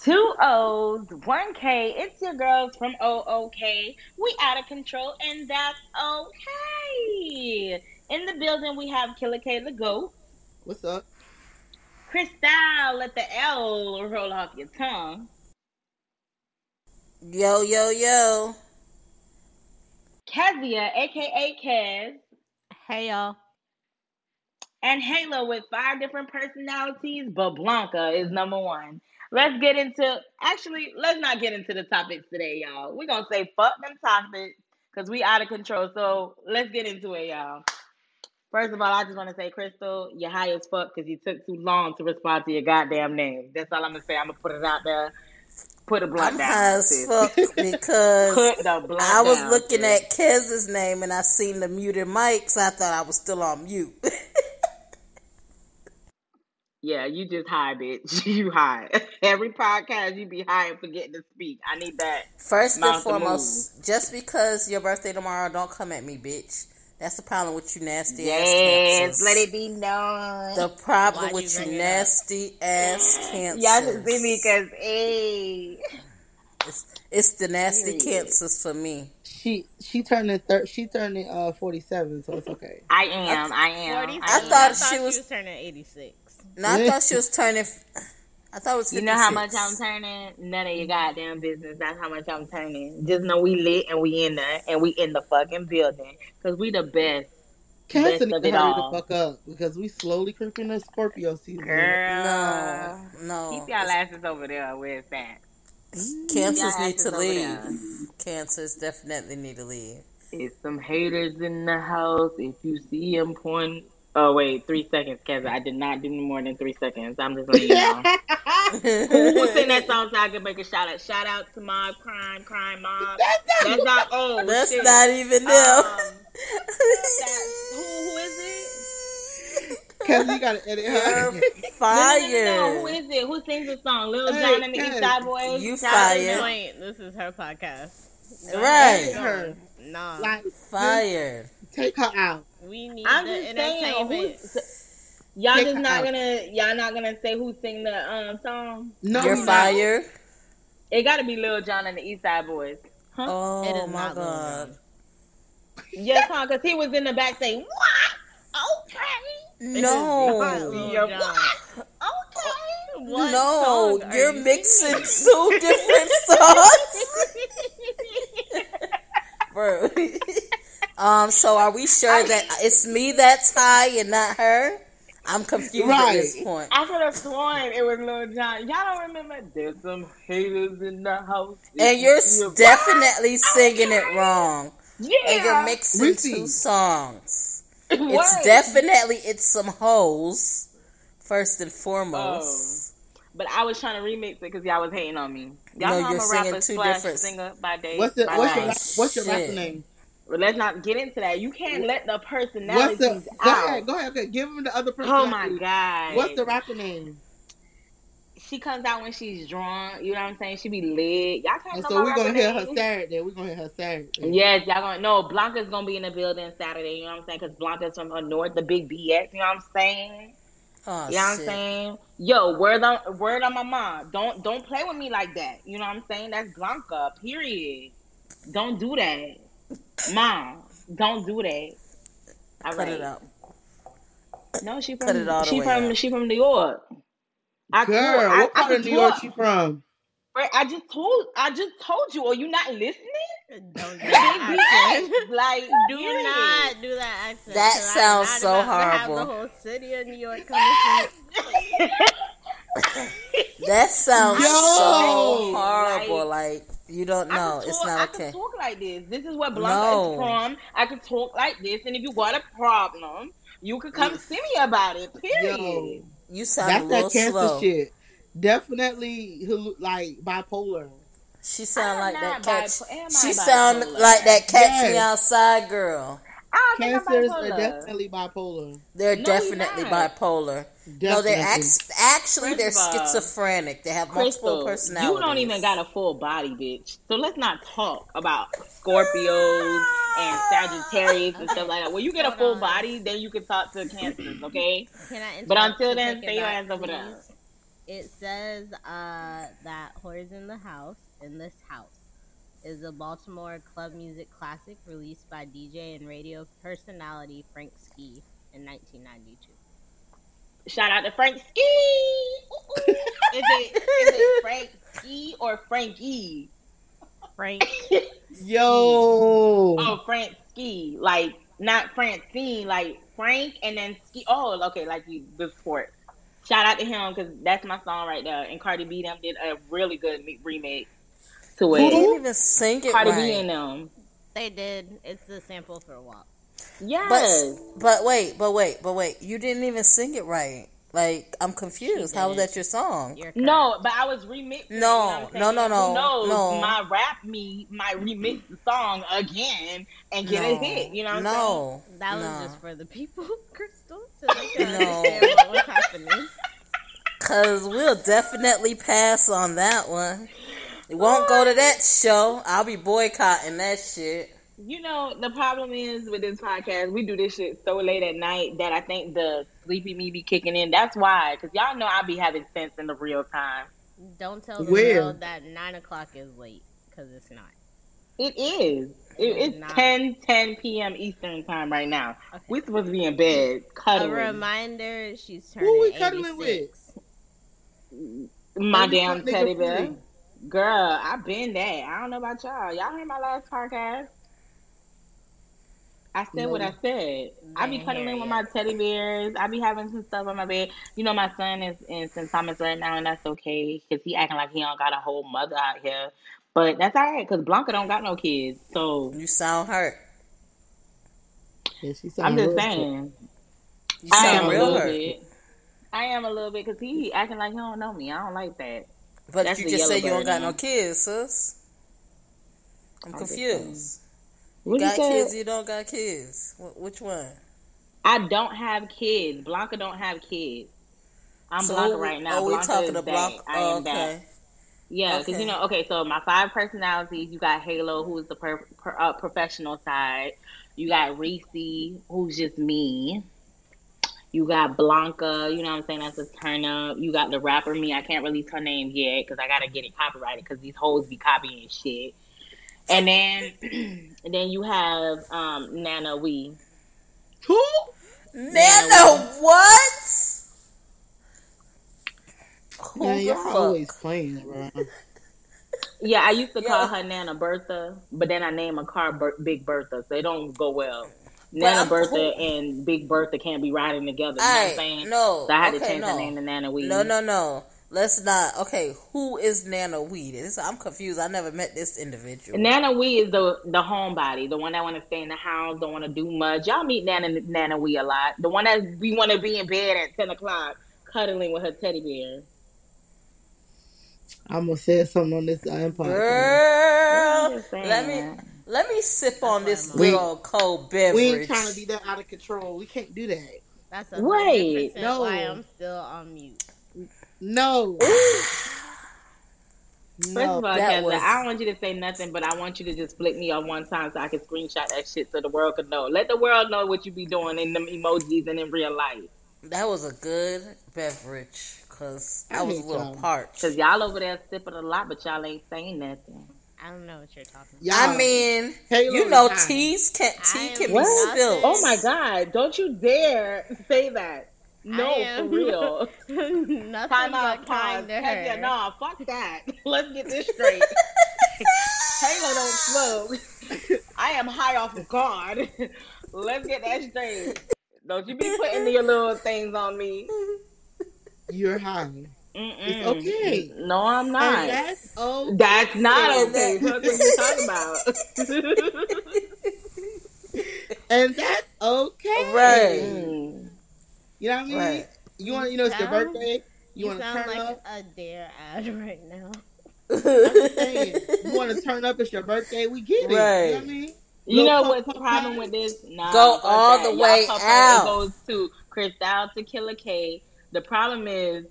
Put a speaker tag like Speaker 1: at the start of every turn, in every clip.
Speaker 1: Two O's, one K. It's your girls from OOK. We out of control, and that's okay. In the building, we have Killer K the Goat.
Speaker 2: What's up?
Speaker 1: Cristal, let the L roll off your tongue.
Speaker 3: Yo, yo, yo.
Speaker 1: Kezia, aka Kez,
Speaker 4: Hey y'all.
Speaker 1: and Halo with five different personalities, but Blanca is number one. Let's get into actually, let's not get into the topics today, y'all. We're gonna say fuck them topics because we out of control. So let's get into it, y'all. First of all, I just want to say, Crystal, you're high as fuck because you took too long to respond to your goddamn name. That's all I'm gonna say. I'm gonna put it out there. Put a blunt
Speaker 3: I'm
Speaker 1: down.
Speaker 3: high as
Speaker 1: sis.
Speaker 3: fuck because
Speaker 1: Put the blunt
Speaker 3: I was
Speaker 1: down,
Speaker 3: looking
Speaker 1: sis.
Speaker 3: at Kez's name and I seen the muted mic, so I thought I was still on mute.
Speaker 1: Yeah, you just high, bitch. You high. Every podcast, you be high and forgetting to speak. I need that.
Speaker 3: First
Speaker 1: Mount
Speaker 3: and
Speaker 1: the
Speaker 3: foremost, just because your birthday tomorrow, don't come at me, bitch. That's the problem with you nasty ass
Speaker 1: Yes,
Speaker 3: cancers.
Speaker 1: let it be known.
Speaker 3: the problem
Speaker 4: Why'd
Speaker 3: with
Speaker 4: you
Speaker 3: you,
Speaker 4: bring it up?
Speaker 3: nasty ass cancers.
Speaker 1: Y'all should see me because, hey.
Speaker 3: it's, it's the nasty
Speaker 1: Period.
Speaker 3: cancers for me.
Speaker 2: She she turned in thir- she turned in uh forty seven, so it's okay.
Speaker 1: I am. I am.
Speaker 4: 46.
Speaker 1: I
Speaker 3: I
Speaker 1: am.
Speaker 3: thought she was-
Speaker 4: turning 86.
Speaker 3: No, I thought she was turning. I thought it was.
Speaker 1: You know how much
Speaker 3: 56.
Speaker 1: I'm turning? None of your goddamn business. That's how much I'm turning. Just know we lit and we in there and we in the fucking building because we the best.
Speaker 2: Cancer
Speaker 1: Best
Speaker 2: need
Speaker 1: of
Speaker 2: to
Speaker 1: it
Speaker 2: hurry
Speaker 1: all.
Speaker 2: the fuck up because we slowly creeping the Scorpio season.
Speaker 1: Girl.
Speaker 3: No, no.
Speaker 1: Keep y'all asses over there. Where's that? Keep
Speaker 3: Cancers
Speaker 1: y'all
Speaker 3: need to
Speaker 1: asses over
Speaker 3: leave.
Speaker 1: there.
Speaker 3: Cancers definitely need to leave.
Speaker 1: It's some haters in the house. If you see him point, oh wait, three seconds, Kevin. I did not do more than three seconds. I'm just letting you know. Who sing that song so I can make a shout out? Shout out to my crime, crime mob. That's not oh
Speaker 3: That's
Speaker 1: shit.
Speaker 3: not even
Speaker 1: Um,
Speaker 3: them.
Speaker 1: that- who who is it?
Speaker 2: Because you gotta edit
Speaker 1: No, no, no,
Speaker 2: her.
Speaker 3: You're
Speaker 1: no, Who
Speaker 3: fired.
Speaker 1: is it? Who sings the song? Lil
Speaker 2: Hey,
Speaker 1: Jon and the
Speaker 2: hey.
Speaker 1: East Side Boys.
Speaker 3: You
Speaker 1: Shout out to
Speaker 3: fired.
Speaker 1: them.
Speaker 4: Point, this is her podcast. Go
Speaker 3: Oh, Right.
Speaker 4: ahead, go.
Speaker 2: Her.
Speaker 4: Nah.
Speaker 2: Like
Speaker 3: Fired.
Speaker 2: take her out.
Speaker 4: we need
Speaker 1: I'm
Speaker 4: the
Speaker 1: just saying,
Speaker 4: entertainment.
Speaker 1: who's, y'all
Speaker 2: Take
Speaker 1: just
Speaker 2: her
Speaker 1: not
Speaker 2: out.
Speaker 1: gonna y'all not gonna say who sing the um song.
Speaker 2: No,
Speaker 3: You're
Speaker 2: we not.
Speaker 3: fired.
Speaker 1: It gotta be Lil Jon and the East Side Boys. Huh?
Speaker 4: It
Speaker 3: Oh
Speaker 4: is
Speaker 3: my
Speaker 4: not Lil
Speaker 3: god.
Speaker 4: Jon.
Speaker 1: Yes, huh? Because he was in the back saying, What? Okay.
Speaker 4: This is not
Speaker 3: No.
Speaker 4: Lil
Speaker 1: Yeah,
Speaker 4: Jon.
Speaker 1: Okay.
Speaker 4: What
Speaker 3: No,
Speaker 4: song are
Speaker 3: you're
Speaker 4: you
Speaker 3: mixing
Speaker 4: singing?
Speaker 3: two different songs. Bro. um, so are we sure that it's me that's high and not her? I'm confused at
Speaker 2: Right.
Speaker 3: this point.
Speaker 1: I could have sworn it was Lil Jon. Y'all don't remember? There's some haters in the house.
Speaker 3: And you're s-
Speaker 1: Yeah.
Speaker 3: definitely singing it wrong.
Speaker 1: Yeah.
Speaker 3: And you're mixing
Speaker 2: Repeat.
Speaker 3: two songs. It's
Speaker 1: Right.
Speaker 3: definitely it's some hoes, first and foremost.
Speaker 1: But I was trying to remix it because y'all was hating on me. Y'all
Speaker 3: No,
Speaker 1: know
Speaker 3: you're
Speaker 1: I'm a
Speaker 3: singing
Speaker 1: rapper
Speaker 3: two
Speaker 1: slash
Speaker 3: different-
Speaker 1: singer by day.
Speaker 2: What's the
Speaker 1: by
Speaker 2: what's your
Speaker 1: night.
Speaker 2: ra- what's your
Speaker 3: Shit.
Speaker 2: rapper name?
Speaker 1: But let's not get into that. You can't let the
Speaker 2: What's
Speaker 1: personalities
Speaker 2: the go
Speaker 1: out.
Speaker 2: ahead, go ahead, go ahead. Give him the other person.
Speaker 1: Oh my god.
Speaker 2: What's the rapper name?
Speaker 1: She comes out when she's drunk. You know what I'm saying? She be lit. Y'all can't
Speaker 2: And
Speaker 1: know
Speaker 2: so
Speaker 1: my
Speaker 2: we're gonna
Speaker 1: rapper
Speaker 2: hear her
Speaker 1: name.
Speaker 2: Saturday. We're gonna hear her Saturday.
Speaker 1: Yes, y'all gonna no. Blanca's gonna be in the building Saturday. You know what I'm saying? Because Blanca's from her north, the big BX. You know what I'm saying?
Speaker 3: Oh,
Speaker 1: you know what I'm
Speaker 3: shit.
Speaker 1: saying? Yo, word on word on my mom. Don't don't play with me like that. You know what I'm saying? That's Blanca. Period. Don't do that, mom. Don't do that. All
Speaker 3: Cut
Speaker 1: right.
Speaker 3: it up.
Speaker 1: No, she from
Speaker 3: Cut it all the
Speaker 1: she
Speaker 3: way
Speaker 1: from
Speaker 3: up.
Speaker 1: she from New York. I
Speaker 2: Girl,
Speaker 1: told- I-
Speaker 2: what
Speaker 1: I
Speaker 2: part of New
Speaker 1: told-
Speaker 2: York you from?
Speaker 1: Right, I just told I just told you. Are you not listening?
Speaker 4: Don't do
Speaker 1: Big
Speaker 4: that accent.
Speaker 1: BX, like
Speaker 4: Do
Speaker 1: period.
Speaker 4: not do that accent.
Speaker 3: That
Speaker 4: 'cause
Speaker 3: sounds
Speaker 4: I'm
Speaker 3: so
Speaker 4: not about to have
Speaker 3: horrible.
Speaker 4: the whole city of New York coming for me.
Speaker 3: That sounds
Speaker 2: Yo!
Speaker 3: so horrible. Like, you don't
Speaker 1: I could
Speaker 3: know. It's
Speaker 1: talk-
Speaker 3: not
Speaker 1: I
Speaker 3: okay.
Speaker 1: could talk like this. This is where Blanca
Speaker 3: No.
Speaker 1: is from. I could talk like this, and if you got a problem, you could come see me about it. Period.
Speaker 2: Yo,
Speaker 3: You sound
Speaker 2: that's
Speaker 3: a
Speaker 2: that
Speaker 3: little
Speaker 2: cancer
Speaker 3: slow.
Speaker 2: shit. Definitely hallu- like bipolar.
Speaker 3: She sound
Speaker 1: I'm
Speaker 3: like that
Speaker 1: not
Speaker 3: catch.
Speaker 1: bipo- am I
Speaker 3: She sound
Speaker 1: bipolar?
Speaker 3: like that catch me
Speaker 2: Yes.
Speaker 3: outside girl.
Speaker 1: I don't think I'm
Speaker 2: Cancers are
Speaker 1: bipolar.
Speaker 2: definitely bipolar.
Speaker 3: They're
Speaker 1: No, you're
Speaker 3: definitely
Speaker 1: not.
Speaker 3: bipolar.
Speaker 2: Definitely.
Speaker 3: No, they're ax- actually
Speaker 1: First
Speaker 3: they're
Speaker 1: of all,
Speaker 3: schizophrenic. They have
Speaker 1: Crystal,
Speaker 3: multiple personalities.
Speaker 1: you don't even got a full body, bitch. So let's not talk about Scorpios and Sagittarius and stuff like that. When you get a
Speaker 4: Hold
Speaker 1: full
Speaker 4: on.
Speaker 1: body, then you can talk to Cancers, okay?
Speaker 4: Can I
Speaker 1: but
Speaker 4: interrupt
Speaker 1: until
Speaker 4: to
Speaker 1: then,
Speaker 4: take it
Speaker 1: stay your
Speaker 4: back,
Speaker 1: ass over there.
Speaker 4: please? It says uh, that Whores in the House, in this house, is a Baltimore club music classic released by DJ and radio personality Frank Ski in 1992.
Speaker 1: Shout out to Frank Ski. Ooh, ooh. Is it, is it Frank Ski or E? Frankie?
Speaker 4: Frank.
Speaker 2: Yo.
Speaker 1: Oh, Frank Ski. Like, not Francine, like Frank and then Ski. Oh, okay, like you, the sport. Shout out to him because that's my song right there. And Cardi B them did a really good mi- remix to
Speaker 3: He
Speaker 1: it.
Speaker 3: didn't even sing it
Speaker 1: Cardi B
Speaker 3: right.
Speaker 1: and them.
Speaker 4: They did. It's the sample for Walk.
Speaker 1: Yes.
Speaker 3: But but wait, but wait, but wait. You didn't even sing it right. Like I'm confused. How was
Speaker 4: didn't.
Speaker 3: that your song?
Speaker 4: You're correct.
Speaker 1: No, but I was remixing. you know what I'm
Speaker 3: No, no, no,
Speaker 1: saying?
Speaker 3: no,
Speaker 1: Who knows?
Speaker 3: no.
Speaker 1: My rap me, my remix the song again and get a hit. You know what I'm saying?
Speaker 3: no,
Speaker 4: That was
Speaker 3: no.
Speaker 4: just for the people, Crystal, so they could
Speaker 3: No.
Speaker 4: understand what was happening.
Speaker 3: Cause we'll definitely pass on that one. We won't go to that show. I'll be boycotting that shit.
Speaker 1: You know, the problem is with this podcast, we do this shit so late at night that I think the sleepy me be kicking in. That's why, because y'all know I be having sense in the real time.
Speaker 4: Don't tell the
Speaker 2: Where?
Speaker 4: world that 9 o'clock is late, because it's not.
Speaker 1: It is. It, it's
Speaker 4: Nah.
Speaker 1: 10, 10 p.m. Eastern time right now.
Speaker 4: Okay.
Speaker 1: we supposed to be in bed,
Speaker 4: A
Speaker 1: cuddling.
Speaker 4: reminder, she's turning
Speaker 2: Who we
Speaker 4: 86.
Speaker 2: cuddling
Speaker 1: My
Speaker 2: Baby,
Speaker 1: damn
Speaker 2: fuck nigga
Speaker 1: teddy bear.
Speaker 2: free.
Speaker 1: Girl, I been that. I don't know about y'all. Y'all heard my last podcast? I said what I said. I be
Speaker 4: Didn't hear
Speaker 1: cuddling
Speaker 4: it
Speaker 1: with my
Speaker 4: yet.
Speaker 1: teddy bears. I be having some stuff on my bed. You know, my son is in St. Thomas right now, and that's okay because he acting like he don't got a whole mother out here. But that's all right because Blanca don't got no kids. So
Speaker 3: You sound hurt.
Speaker 2: Yeah, she
Speaker 1: I'm
Speaker 2: sound
Speaker 1: just
Speaker 2: real
Speaker 1: saying.
Speaker 3: You
Speaker 1: I am
Speaker 3: sound
Speaker 1: a
Speaker 3: real
Speaker 1: little
Speaker 3: hurt.
Speaker 1: bit. I am a little bit because he acting like he don't know me. I don't like that.
Speaker 3: But
Speaker 1: That's
Speaker 3: you
Speaker 1: the
Speaker 3: just say you
Speaker 1: yellow
Speaker 3: don't got
Speaker 1: bird
Speaker 3: no
Speaker 1: name.
Speaker 3: kids, sis. I'm
Speaker 1: I'm just
Speaker 3: confused.
Speaker 1: What
Speaker 3: Got
Speaker 1: you said?
Speaker 3: kids? You don't got kids. Wh- Which one?
Speaker 1: I don't have kids. Blanca don't have kids. I'm
Speaker 3: So
Speaker 1: Blanca
Speaker 3: who-
Speaker 1: right now.
Speaker 3: Are we
Speaker 1: Blanca
Speaker 3: talking
Speaker 1: is
Speaker 3: to
Speaker 1: back.
Speaker 3: Blanca? Oh,
Speaker 1: I am back.
Speaker 3: okay.
Speaker 1: Yeah, because
Speaker 3: Okay.
Speaker 1: you know. Okay, so my five personalities. You got Halo, who is the per, per, uh, professional side. You got Reese, who's just me. You got Blanca. You know what I'm saying? That's a turn up. You got the rapper me. I can't release her name yet because I gotta get it copyrighted because these hoes be copying shit. And then, and then you have um, Nana Wee.
Speaker 2: Who?
Speaker 3: Nana, what? Who
Speaker 2: Man,
Speaker 3: the
Speaker 2: y'all
Speaker 3: fuck?
Speaker 2: always playing, bro.
Speaker 1: Yeah, I used to call
Speaker 3: Yeah.
Speaker 1: her Nana Bertha, but then I named a car Ber- Big Bertha, so it don't go well.
Speaker 3: But
Speaker 1: Nana
Speaker 3: I'm
Speaker 1: Bertha
Speaker 3: cool.
Speaker 1: and Big Bertha can't be riding together. You know what I'm
Speaker 3: Alright,
Speaker 1: saying?
Speaker 3: no.
Speaker 1: So I had
Speaker 3: okay,
Speaker 1: to change
Speaker 3: no.
Speaker 1: her name to Nana Weed.
Speaker 3: No, no, no. Let's not. Okay, who is Nana Weed? This, I'm confused. I never met this individual.
Speaker 1: Nana Wee is the the homebody, the one that want to stay in the house, don't want to do much. Y'all meet Nana Nana Wee a lot. The one that we want to be in bed at ten o'clock, cuddling with her teddy bear.
Speaker 2: I'm gonna say something on this uh, podcast.
Speaker 1: I'm
Speaker 3: Girl,
Speaker 1: just saying
Speaker 3: let me
Speaker 1: that.
Speaker 3: let me sip on this
Speaker 2: We-
Speaker 3: little cold beverage.
Speaker 2: We ain't trying to be that out of control. We can't do that.
Speaker 4: That's a
Speaker 1: Wait,
Speaker 4: 100% why
Speaker 2: no.
Speaker 4: I'm still on mute.
Speaker 2: No.
Speaker 1: First
Speaker 2: no.
Speaker 1: of all,
Speaker 3: that
Speaker 1: Kessler,
Speaker 3: was-
Speaker 1: I don't want you to say nothing, but I want you to just flick me on one time so I can screenshot that shit so the world can know. Let the world know what you be doing in them emojis and in real life.
Speaker 3: That was a good beverage because I,
Speaker 2: I
Speaker 3: was a
Speaker 2: hate
Speaker 3: little
Speaker 2: y'all.
Speaker 3: parched.
Speaker 1: Because y'all over there sipping a lot, but y'all ain't saying nothing.
Speaker 4: I don't know what you're talking
Speaker 2: Y'all,
Speaker 3: I mean,
Speaker 2: Halo
Speaker 3: you know,
Speaker 2: is high.
Speaker 3: teas can tea
Speaker 4: I
Speaker 3: can
Speaker 4: am
Speaker 3: be
Speaker 1: not
Speaker 3: spilled.
Speaker 1: Oh my God, don't you dare say that.
Speaker 4: I
Speaker 1: No, for
Speaker 4: am.
Speaker 1: real.
Speaker 4: about. Nothing
Speaker 1: Time
Speaker 4: but
Speaker 1: out, pause.
Speaker 4: kind to her.
Speaker 1: Kessler, no, fuck that. Let's get this straight. Halo don't smoke. I am high off of God. Let's get that straight. Don't you be putting your little things on me.
Speaker 2: You're high.
Speaker 1: Mm-mm.
Speaker 2: okay.
Speaker 1: No, I'm not.
Speaker 2: And that's oh
Speaker 1: That's not
Speaker 3: And
Speaker 1: okay.
Speaker 3: that-
Speaker 1: That's what you talking about.
Speaker 2: and that's okay.
Speaker 3: Right.
Speaker 1: Mm.
Speaker 2: You know what I mean?
Speaker 3: Right.
Speaker 2: You want you know it's your
Speaker 4: Sound-
Speaker 2: birthday. You,
Speaker 4: You,
Speaker 2: want to
Speaker 4: sound
Speaker 2: turn
Speaker 4: like
Speaker 2: up.
Speaker 4: a dare ad right now.
Speaker 2: Hey, you want to turn up. It's your birthday. We get it. You know what I
Speaker 3: Right.
Speaker 2: mean?
Speaker 1: You
Speaker 2: Little
Speaker 1: know
Speaker 2: puff,
Speaker 1: what's the
Speaker 2: puff
Speaker 1: problem
Speaker 2: pies.
Speaker 1: with this? Nah,
Speaker 3: Go
Speaker 1: fuck
Speaker 3: all
Speaker 1: that.
Speaker 3: the
Speaker 1: Y'all
Speaker 3: way
Speaker 1: puff it,
Speaker 3: out.
Speaker 1: It goes to Cristal to Killer K. The problem is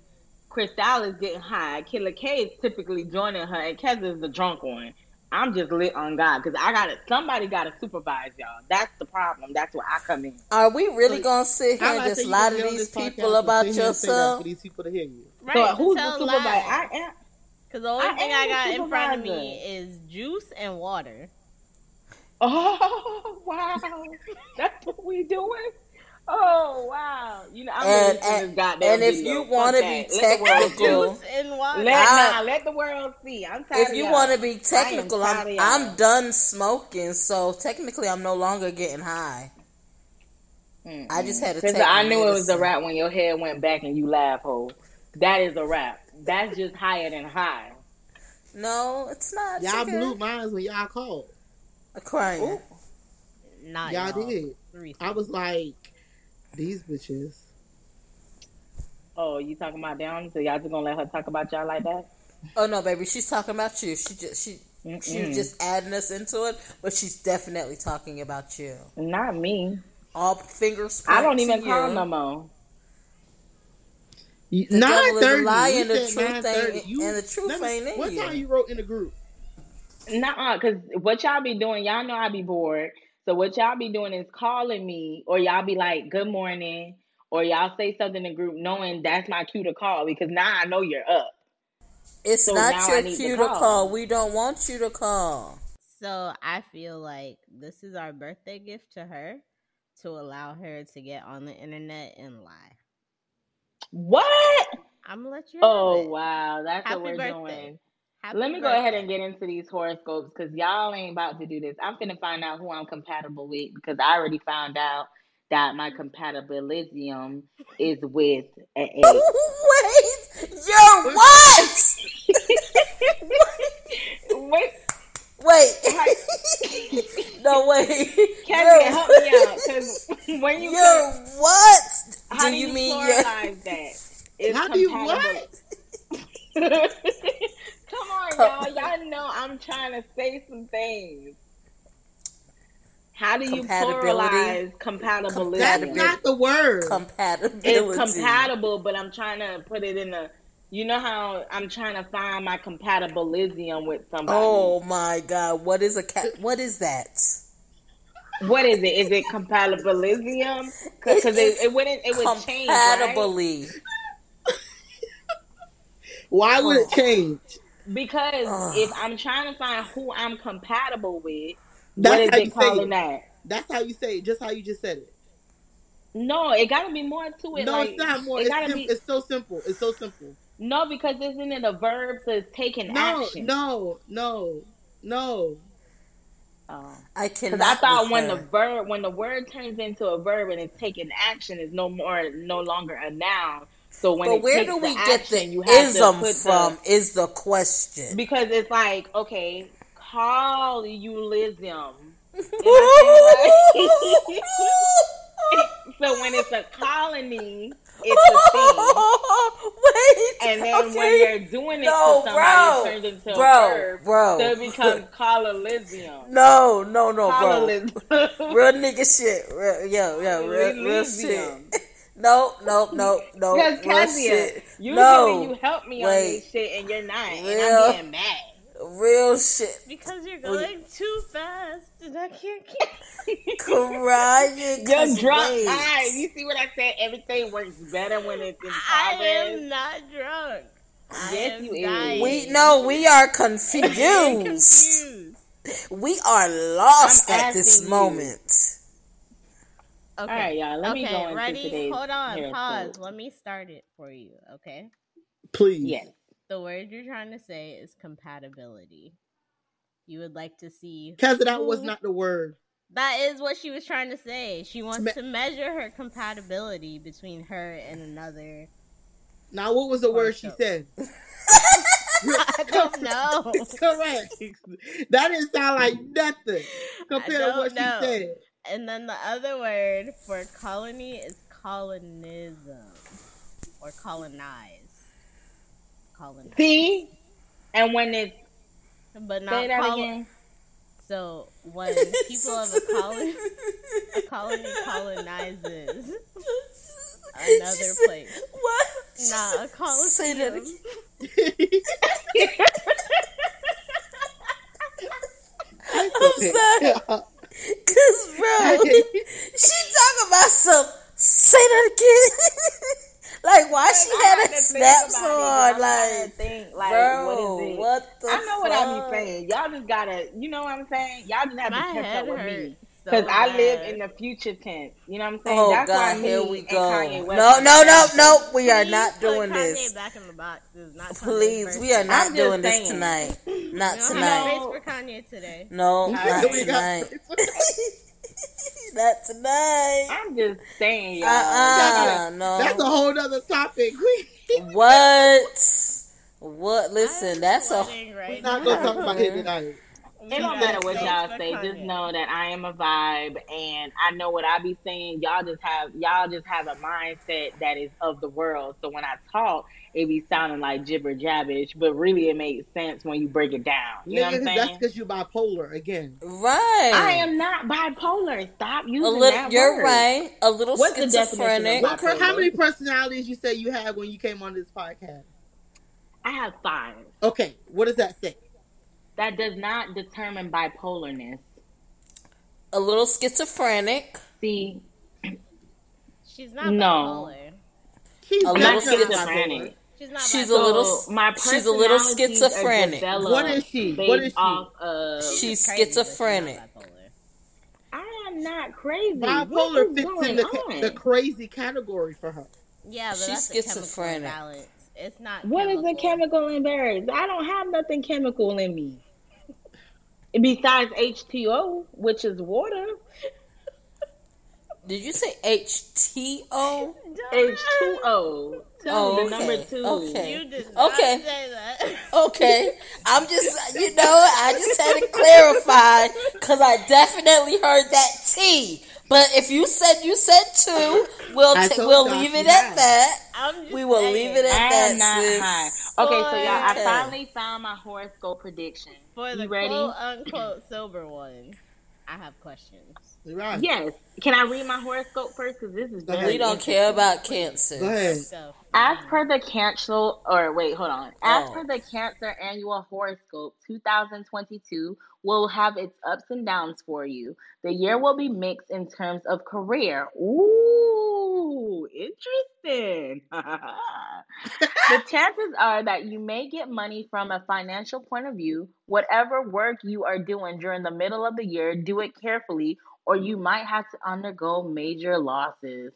Speaker 1: Cristal is getting high. Killer K is typically joining her, and Kes is the drunk one. I'm just lit on God because I got to Somebody got to supervise y'all. That's the problem. That's where I come in.
Speaker 3: Are we really
Speaker 2: So,
Speaker 3: gonna sit here
Speaker 2: How
Speaker 3: and
Speaker 2: about
Speaker 3: just
Speaker 2: that you
Speaker 3: lie to
Speaker 2: gonna get on
Speaker 3: these
Speaker 2: this podcast
Speaker 3: people
Speaker 2: and
Speaker 3: about
Speaker 2: sit here and say that
Speaker 3: yourself?
Speaker 2: For these people to hear you.
Speaker 4: Right,
Speaker 1: so
Speaker 4: to
Speaker 1: who's the
Speaker 4: tell
Speaker 1: supervisor?
Speaker 4: lies.
Speaker 1: I am.
Speaker 4: Because the only
Speaker 1: I
Speaker 4: thing
Speaker 1: am
Speaker 4: I
Speaker 1: the
Speaker 4: got in front of me
Speaker 1: supervisor.
Speaker 4: is juice and water.
Speaker 1: Oh wow, that's what we doing. Oh wow, you know I'm
Speaker 3: And-
Speaker 1: ready for this
Speaker 3: and-
Speaker 1: goddamn
Speaker 3: and if
Speaker 1: video.
Speaker 3: you
Speaker 1: Fuck
Speaker 3: wanna
Speaker 1: that.
Speaker 3: be
Speaker 1: Let the world
Speaker 3: technical-
Speaker 1: see.
Speaker 3: Cool.
Speaker 4: Juice and water.
Speaker 1: let
Speaker 3: I-
Speaker 1: nah, let the world see. I'm tired.
Speaker 3: If
Speaker 1: of
Speaker 3: you
Speaker 1: y'all.
Speaker 3: want to be
Speaker 1: I am
Speaker 3: technical, I'm
Speaker 1: tired of y'all.
Speaker 3: I'm done smoking, so technically I'm no longer getting high.
Speaker 1: Mm-mm.
Speaker 3: I just had to
Speaker 1: Cause
Speaker 3: take
Speaker 1: I
Speaker 3: my
Speaker 1: knew it was a
Speaker 3: medicine.
Speaker 1: rap when your head went back and you laugh, ho. That is a rap. That's just higher than high.
Speaker 3: No, it's not.
Speaker 2: Y'all
Speaker 3: sugar.
Speaker 2: blew minds when y'all called.
Speaker 3: crying.
Speaker 1: Ooh.
Speaker 4: Not
Speaker 2: y'all,
Speaker 4: y'all.
Speaker 2: did.
Speaker 4: Reese.
Speaker 2: I was like, these bitches.
Speaker 1: Oh, you talking about down? So y'all just gonna let her talk about y'all like that?
Speaker 3: Oh no, baby, she's talking about you. She just she she
Speaker 1: Mm-mm.
Speaker 3: was just adding us into it, but she's definitely talking about you.
Speaker 1: Not me.
Speaker 3: All fingers.
Speaker 1: I don't
Speaker 3: point to
Speaker 1: even call
Speaker 3: you.
Speaker 1: no more.
Speaker 2: Nine
Speaker 3: devil is a
Speaker 2: thirty.
Speaker 3: liar
Speaker 2: You
Speaker 3: and the
Speaker 2: said
Speaker 3: truth ain't-
Speaker 2: 9:30. You-
Speaker 3: and the truth
Speaker 2: let me-
Speaker 3: ain't in
Speaker 2: What
Speaker 3: you.
Speaker 2: time you wrote in the group?
Speaker 1: Nah, cause what y'all be doing, y'all know I be bored. So what y'all be doing is calling me, or y'all be like, "Good morning," or y'all say something in group, knowing that's my cue to call because now I know you're up.
Speaker 3: It's
Speaker 1: So now
Speaker 3: not
Speaker 1: I
Speaker 3: your
Speaker 1: need to
Speaker 3: cue to
Speaker 1: call.
Speaker 3: call. We don't want you to call.
Speaker 4: So I feel like this is our birthday gift to her to allow her to get on the internet and lie.
Speaker 1: What?
Speaker 4: I'm gonna let you. have
Speaker 1: Oh
Speaker 4: it.
Speaker 1: wow, that's
Speaker 4: Happy
Speaker 1: what we're
Speaker 4: birthday.
Speaker 1: doing.
Speaker 4: Happy
Speaker 1: Let me go
Speaker 4: birthday.
Speaker 1: ahead and get into these horoscopes because y'all ain't about to do this. I'm finna find out who I'm compatible with because I already found out that my compatibilism is with an egg.
Speaker 3: Wait, you're what?
Speaker 1: Wait,
Speaker 3: Wait,
Speaker 1: hi-
Speaker 3: no wait.
Speaker 1: Kevin,
Speaker 3: You're-
Speaker 1: help me out because when you
Speaker 3: You're what?
Speaker 1: how
Speaker 3: Do you mean you're?
Speaker 1: pluralize that? It's
Speaker 2: How do you
Speaker 1: compatible-
Speaker 2: what?
Speaker 1: Come on, y'all. Y'all know I'm trying to say some things. How do you
Speaker 3: Compatibility.
Speaker 1: pluralize compatibilism?
Speaker 2: That's
Speaker 3: Compatibility.
Speaker 2: not the word.
Speaker 3: compatibility.
Speaker 1: it's compatible, but I'm trying to put it in a. You know how I'm trying to find my compatibilism with somebody.
Speaker 3: Oh my god, what is a cat? What is that?
Speaker 1: What is it? Is it compatibilism? Because it, it wouldn't. It would change. Right?
Speaker 3: Compatibly.
Speaker 2: Why would it
Speaker 3: Oh.
Speaker 2: change?
Speaker 1: Because
Speaker 3: Ugh.
Speaker 1: if I'm trying to find who I'm compatible with,
Speaker 2: That's
Speaker 1: what
Speaker 2: how
Speaker 1: is it
Speaker 2: you say it.
Speaker 1: calling that?
Speaker 2: That's how you say it. Just how you just said it.
Speaker 1: No, it gotta be more to it.
Speaker 2: no,
Speaker 1: like,
Speaker 2: it's not more.
Speaker 1: It
Speaker 2: It's,
Speaker 1: gotta
Speaker 2: sim-
Speaker 1: be
Speaker 2: it's so simple. It's so simple.
Speaker 1: no because isn't it a verb? So it's taking
Speaker 2: No,
Speaker 1: action.
Speaker 2: no, no, no.
Speaker 1: Oh.
Speaker 3: I cannot.
Speaker 1: Because I thought
Speaker 3: with
Speaker 1: when the
Speaker 3: her.
Speaker 1: verb when the word turns into a verb and it's taking action is no more no longer a noun. So when
Speaker 3: But
Speaker 1: it
Speaker 3: where
Speaker 1: takes
Speaker 3: do we
Speaker 1: the
Speaker 3: get
Speaker 1: action, you
Speaker 3: the
Speaker 1: have to
Speaker 3: ism
Speaker 1: put
Speaker 3: from? Is the question?
Speaker 1: the because it's like okay, call eulism. And I feel like- so when it's a colony, it's a thing.
Speaker 3: Wait.
Speaker 1: And then
Speaker 3: okay.
Speaker 1: when you're doing it
Speaker 3: No,
Speaker 1: to somebody, it
Speaker 3: bro.
Speaker 1: turns into
Speaker 3: Bro,
Speaker 1: a verb.
Speaker 3: bro.
Speaker 1: So it becomes colonialism.
Speaker 3: no, no, no, bro.
Speaker 1: Colonialism.
Speaker 3: Real nigga shit. Real, yo, yo, real, real shit.
Speaker 1: Colonialism.
Speaker 3: No, no, no, no.
Speaker 1: Because
Speaker 3: Real
Speaker 1: Cassia,
Speaker 3: shit.
Speaker 1: usually you
Speaker 3: No,
Speaker 1: help me on
Speaker 3: Wait.
Speaker 1: this shit and you're not, and
Speaker 3: Real.
Speaker 1: I'm getting mad.
Speaker 3: real shit.
Speaker 4: Because you're
Speaker 3: Oh, yeah.
Speaker 4: going too fast, and I can't keep.
Speaker 3: Crying.
Speaker 1: You're
Speaker 3: 'cause
Speaker 1: drunk.
Speaker 3: wait.
Speaker 1: Eyes. You see what I said? Everything works better when it's in
Speaker 4: I
Speaker 1: progress.
Speaker 4: am not drunk. I
Speaker 1: Yes,
Speaker 4: am
Speaker 1: you is.
Speaker 4: dying.
Speaker 3: We no, we are
Speaker 4: I'm very
Speaker 3: confused.
Speaker 4: confused.
Speaker 3: we are lost
Speaker 1: I'm
Speaker 3: at this
Speaker 1: asking you.
Speaker 3: moment.
Speaker 4: Okay.
Speaker 1: All right, y'all. Let
Speaker 4: okay,
Speaker 1: me go into
Speaker 4: ready?
Speaker 1: today's
Speaker 4: Hold on.
Speaker 1: hair
Speaker 4: Pause.
Speaker 1: code.
Speaker 4: Let me start it for you. Okay.
Speaker 2: Please.
Speaker 1: Yes.
Speaker 4: The word you're trying to say is compatibility. You would like to see.
Speaker 2: Because that was
Speaker 4: who-
Speaker 1: Mm-hmm.
Speaker 2: not the word.
Speaker 4: That is what she was trying to say. She wants
Speaker 2: Me-
Speaker 4: to measure her compatibility between her and another.
Speaker 2: Now, what was the word she
Speaker 4: Horoscope.
Speaker 2: said?
Speaker 4: I don't know.
Speaker 2: Correct. That didn't sound like nothing compared to
Speaker 4: don't
Speaker 2: what
Speaker 4: know.
Speaker 2: she said.
Speaker 4: And then the other word for colony is colonism or colonize. Colonize.
Speaker 1: See? And when it's.
Speaker 4: But not
Speaker 1: Say that
Speaker 4: colo-
Speaker 1: again.
Speaker 4: So when people of a colony, a colony colonizes another
Speaker 3: She said-
Speaker 4: place.
Speaker 3: What? She
Speaker 4: Nah, a
Speaker 3: said-
Speaker 4: colony.
Speaker 3: Say that again. I'm sorry. Cause bro, she talking about some. Say that again. like why she
Speaker 1: I
Speaker 3: had
Speaker 1: had
Speaker 3: her
Speaker 1: to think
Speaker 3: snaps
Speaker 1: about it,
Speaker 3: on?
Speaker 1: but I'm trying
Speaker 3: Like,
Speaker 1: to think, like,
Speaker 3: bro,
Speaker 1: what is it?
Speaker 3: what the?
Speaker 1: I know what I
Speaker 3: fuck?
Speaker 1: be saying. Y'all just gotta, you know what I'm saying? Y'all just have to
Speaker 4: My
Speaker 1: catch up
Speaker 4: head
Speaker 1: with
Speaker 4: hurts
Speaker 1: me. Because
Speaker 4: so
Speaker 1: I live
Speaker 4: bad.
Speaker 1: in the future tense. You know what I'm saying?
Speaker 3: Oh
Speaker 1: That's why
Speaker 3: God,
Speaker 1: me
Speaker 3: here we
Speaker 1: and
Speaker 3: go.
Speaker 1: Kanye West
Speaker 3: No,
Speaker 1: are
Speaker 3: no, no,
Speaker 1: friends.
Speaker 3: no. We are not
Speaker 4: Please
Speaker 3: doing
Speaker 4: put
Speaker 3: this.
Speaker 4: Kanye back in the box. This is not Kanye's
Speaker 3: Please,
Speaker 4: birthday.
Speaker 3: we are not
Speaker 1: I'm just
Speaker 3: doing this
Speaker 1: saying.
Speaker 3: tonight. Not
Speaker 4: We don't
Speaker 3: tonight.
Speaker 4: have space for Kanye today.
Speaker 3: No, not
Speaker 2: We
Speaker 3: tonight.
Speaker 2: got-
Speaker 3: Not tonight.
Speaker 1: I'm just saying,
Speaker 3: Uh
Speaker 1: y'all.
Speaker 3: uh
Speaker 2: That's a
Speaker 1: Um,
Speaker 3: No.
Speaker 2: whole nother topic. We
Speaker 3: What? What? Listen,
Speaker 4: I'm
Speaker 3: that's a.
Speaker 4: sweating
Speaker 2: we
Speaker 4: Right
Speaker 2: not
Speaker 4: now.
Speaker 2: gonna talk about it tonight.
Speaker 4: We
Speaker 1: It don't
Speaker 4: have
Speaker 1: matter what
Speaker 4: space
Speaker 1: y'all
Speaker 4: for
Speaker 1: say. Just
Speaker 4: Kanye.
Speaker 1: know that I am a vibe, and I know what I be saying. Y'all just have y'all just have a mindset that is of the world. So when I talk, it be sounding like gibber jabbish, but really it makes sense when you break it down. You know
Speaker 2: Nigga,
Speaker 1: what I'm
Speaker 2: that's
Speaker 1: saying?
Speaker 2: because you bipolar again.
Speaker 3: Right.
Speaker 1: I am not bipolar. Stop using
Speaker 3: A little,
Speaker 1: that
Speaker 3: you're
Speaker 1: word.
Speaker 3: right. A little
Speaker 1: What's the definition of bipolar?
Speaker 3: schizophrenic.
Speaker 2: What, per- how many personalities you say you had when you came on this podcast?
Speaker 1: I have five.
Speaker 2: Okay, what does that say?
Speaker 1: That does not determine bipolarness.
Speaker 3: A little schizophrenic.
Speaker 1: See,
Speaker 4: She's not
Speaker 1: No.
Speaker 4: bipolar.
Speaker 2: She's
Speaker 3: A
Speaker 1: I'm
Speaker 3: little
Speaker 1: not
Speaker 2: not
Speaker 3: schizophrenic.
Speaker 1: schizophrenic.
Speaker 4: She's not
Speaker 3: She's a
Speaker 4: bipolar.
Speaker 3: little-
Speaker 1: So my
Speaker 3: she's a little
Speaker 1: personalities are
Speaker 3: schizophrenic.
Speaker 1: developed
Speaker 2: What is she? What
Speaker 1: based
Speaker 2: is she?
Speaker 1: Off of,
Speaker 3: She's
Speaker 4: It's crazy, but
Speaker 3: schizophrenic.
Speaker 4: She's not bipolar.
Speaker 1: I am not crazy. What
Speaker 2: Bipolar
Speaker 1: is
Speaker 2: fits
Speaker 1: going
Speaker 2: in the,
Speaker 1: on?
Speaker 2: the crazy category for her.
Speaker 4: Yeah, but
Speaker 3: She's
Speaker 4: that's
Speaker 3: schizophrenic.
Speaker 4: A chemical imbalance. It's not.
Speaker 1: what is a
Speaker 4: chemical?
Speaker 1: chemical imbalance? I don't have nothing chemical in me. Besides H2O, which is water.
Speaker 3: Did you say HTO?
Speaker 1: H2O. Two,
Speaker 3: Oh,
Speaker 1: the number
Speaker 3: okay.
Speaker 1: two.
Speaker 3: Okay.
Speaker 4: You did not
Speaker 3: Okay.
Speaker 4: say that.
Speaker 3: Okay. I'm just, you know, I just had to clarify because I definitely heard that T. But if you said you said two, we'll
Speaker 2: I
Speaker 3: t-
Speaker 2: told
Speaker 3: we'll
Speaker 2: y'all
Speaker 3: leave
Speaker 2: she
Speaker 3: it at
Speaker 2: lied.
Speaker 3: that.
Speaker 4: I'm just
Speaker 3: We will
Speaker 4: saying.
Speaker 3: leave it at
Speaker 1: I
Speaker 3: that.
Speaker 1: am not
Speaker 3: sis.
Speaker 1: high. Okay, so y'all, I
Speaker 3: Okay.
Speaker 1: finally found my horoscope prediction.
Speaker 4: For the
Speaker 1: you ready?
Speaker 4: quote unquote sober one, I have questions.
Speaker 2: Right.
Speaker 1: Yes. Can I read my horoscope first? Because this is
Speaker 2: Go ahead.
Speaker 1: very
Speaker 3: We don't
Speaker 1: interesting.
Speaker 3: care about cancer.
Speaker 2: Go ahead.
Speaker 4: So,
Speaker 1: As per the Cancer, or wait, hold on. As
Speaker 3: Oh.
Speaker 1: per the Cancer annual horoscope, 2022 will have its ups and downs for you. The year will be mixed in terms of career. Ooh, interesting. the chances are that you may get money from a financial point of view. Whatever work you are doing during the middle of the year, do it carefully, or you might have to undergo major losses.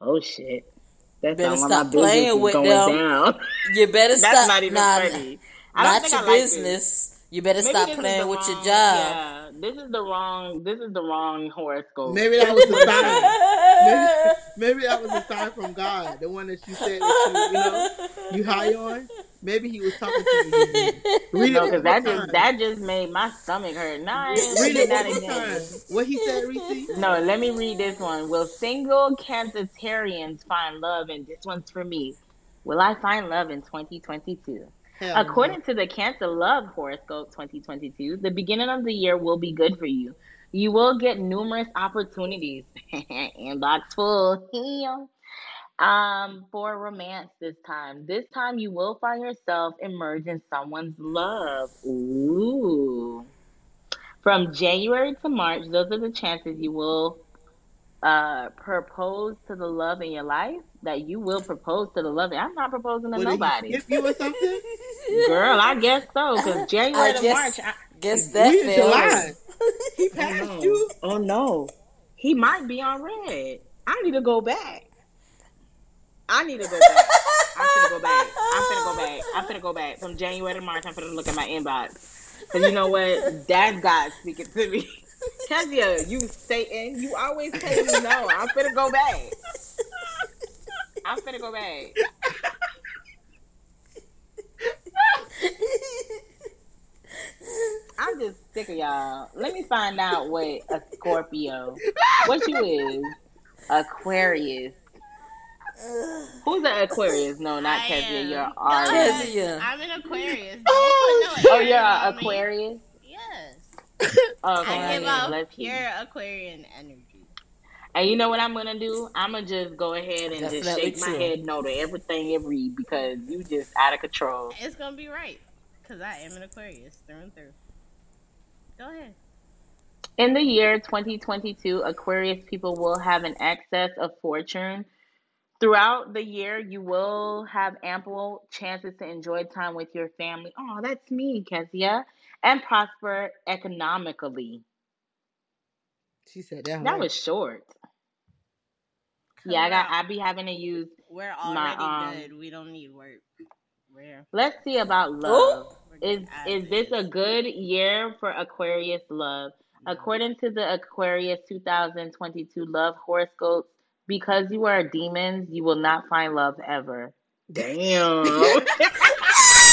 Speaker 1: Oh shit. That's
Speaker 3: Better
Speaker 1: not where
Speaker 3: stop
Speaker 1: my business
Speaker 3: playing
Speaker 1: is
Speaker 3: with
Speaker 1: going
Speaker 3: them.
Speaker 1: down.
Speaker 3: You better
Speaker 1: That's
Speaker 3: stop.
Speaker 1: not even
Speaker 3: nah,
Speaker 1: funny. I don't
Speaker 3: Not
Speaker 1: think
Speaker 3: your
Speaker 1: I like this.
Speaker 3: business. You better
Speaker 1: Maybe
Speaker 3: stop
Speaker 1: this is
Speaker 3: playing
Speaker 1: the
Speaker 3: with your
Speaker 1: wrong-
Speaker 3: job.
Speaker 1: Yeah, this is the wrong. This is the wrong horoscope.
Speaker 2: Maybe that was a sign. Maybe, maybe that was a sign from God. The one that you said that you, you know you high on. Maybe he was talking to you. Read
Speaker 1: no, because
Speaker 2: it one
Speaker 1: that
Speaker 2: more
Speaker 1: just
Speaker 2: time.
Speaker 1: that just made my stomach hurt. No, I ain't
Speaker 2: Read
Speaker 1: reading
Speaker 2: it
Speaker 1: that
Speaker 2: one more time.
Speaker 1: again.
Speaker 2: What he said, Reese?
Speaker 1: No, let me read this one. Will single Cancerians find love? And this one's for me. Will I find love in 2022?
Speaker 2: Hell no.
Speaker 1: According to the Cancer Love Horoscope 2022, the beginning of the year will be good for you. You will get numerous opportunities, inbox full, um, for romance this time. This time you will find yourself immersed in someone's love. Ooh. From January to March, those are the chances you will uh propose to the love in your life that you will propose to the love. I'm not proposing to
Speaker 2: What, did he
Speaker 1: nobody.
Speaker 2: skip you or something?
Speaker 1: Girl, I guess so. Cause January
Speaker 3: I
Speaker 1: to
Speaker 3: guess-
Speaker 1: March. I,
Speaker 3: Guess that
Speaker 2: we in
Speaker 3: fails.
Speaker 2: July. He passed
Speaker 1: no.
Speaker 2: you.
Speaker 1: Oh no, he might be on red. I need to go back. I need to go back. I'm finna go back. I'm finna go back. I'm finna go back from January to March. I'm finna look at my inbox. Cause you know what? That's God speaking to me. Kezia, you Satan. You always tell me no. I'm finna go back. I'm finna go back. I'm just sick of y'all. Let me find out what a Scorpio. What you is? Aquarius. Who's an Aquarius? No, not
Speaker 4: I
Speaker 1: Kezia.
Speaker 4: am.
Speaker 1: You're
Speaker 4: No,
Speaker 1: Aries.
Speaker 3: Kezia.
Speaker 4: I'm an Aquarius.
Speaker 2: Oh,
Speaker 4: Don't put
Speaker 1: Uh.
Speaker 4: no
Speaker 1: Oh,
Speaker 4: Aries
Speaker 1: you're
Speaker 4: on
Speaker 1: an
Speaker 4: me.
Speaker 1: Aquarius.
Speaker 4: Yes.
Speaker 1: Oh, okay,
Speaker 4: I give
Speaker 1: okay,
Speaker 4: out
Speaker 1: let's see.
Speaker 4: pure Aquarian energy.
Speaker 1: And you know what I'm gonna do? I'm gonna just go ahead and just
Speaker 3: Definitely
Speaker 1: shake my
Speaker 3: true.
Speaker 1: head no to everything it read because you just out of control.
Speaker 4: It's gonna be right because I am an Aquarius through and through. Go ahead.
Speaker 1: In the year 2022, Aquarius people will have an excess of fortune. Throughout the year, you will have ample chances to enjoy time with your family. Oh, that's me, Kezia. And prosper economically.
Speaker 2: She said that.
Speaker 1: That
Speaker 2: right.
Speaker 1: was short. Yeah, I got. I be having to use.
Speaker 4: We're
Speaker 1: my,
Speaker 4: already
Speaker 1: um,
Speaker 4: good. We don't need work. We're,
Speaker 1: Let's see about
Speaker 3: Ooh.
Speaker 1: love.
Speaker 4: we're good
Speaker 1: Is
Speaker 4: as
Speaker 1: is this a good year for Aquarius love? According to the Aquarius 2022 love horoscopes, because you are demons, you will not find love ever. Damn.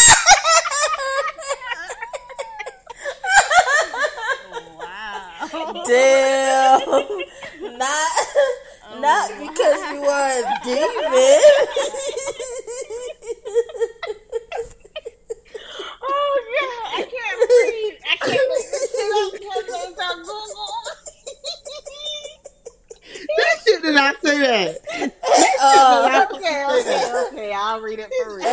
Speaker 4: Wow.
Speaker 3: Damn. Not
Speaker 1: Oh,
Speaker 4: Um,
Speaker 3: not because you are a demon.
Speaker 1: oh yeah, I can't breathe. I can't make this shit up because it's on Google.
Speaker 2: That shit did not say that.
Speaker 3: oh.
Speaker 1: okay, okay, okay. I'll read it for real.
Speaker 3: oh.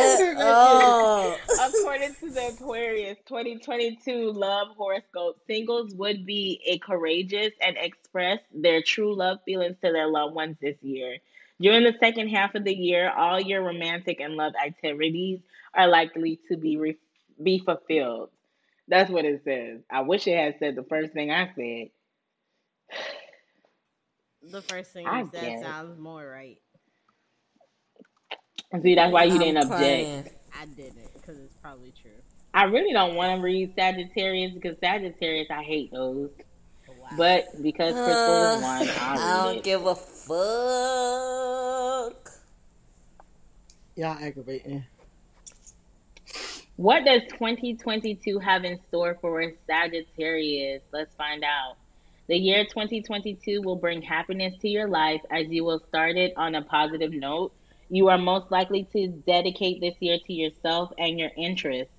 Speaker 1: According to the Aquarius 2022 love horoscope, singles would be a courageous and express their true love feelings to their loved ones this year. During the second half of the year, all your romantic and love activities are likely to be re- be fulfilled. That's what it says. I wish it had said the first thing I said.
Speaker 4: The first thing
Speaker 1: I
Speaker 4: you
Speaker 1: get
Speaker 4: said
Speaker 1: it.
Speaker 4: sounds more right.
Speaker 1: See, that's why you
Speaker 3: I'm
Speaker 1: didn't object.
Speaker 3: crying.
Speaker 4: I didn't because it's probably true.
Speaker 1: I really don't want to read Sagittarius because Sagittarius, I hate those.
Speaker 4: Wow.
Speaker 1: But because Crystal is one,
Speaker 3: I
Speaker 1: I'll read
Speaker 3: don't
Speaker 1: it.
Speaker 3: give a fuck.
Speaker 2: Y'all aggravating.
Speaker 1: What does 2022 have in store for Sagittarius? Let's find out. The year 2022 will bring happiness to your life as you will start it on a positive note. You are most likely to dedicate this year to yourself and your interests.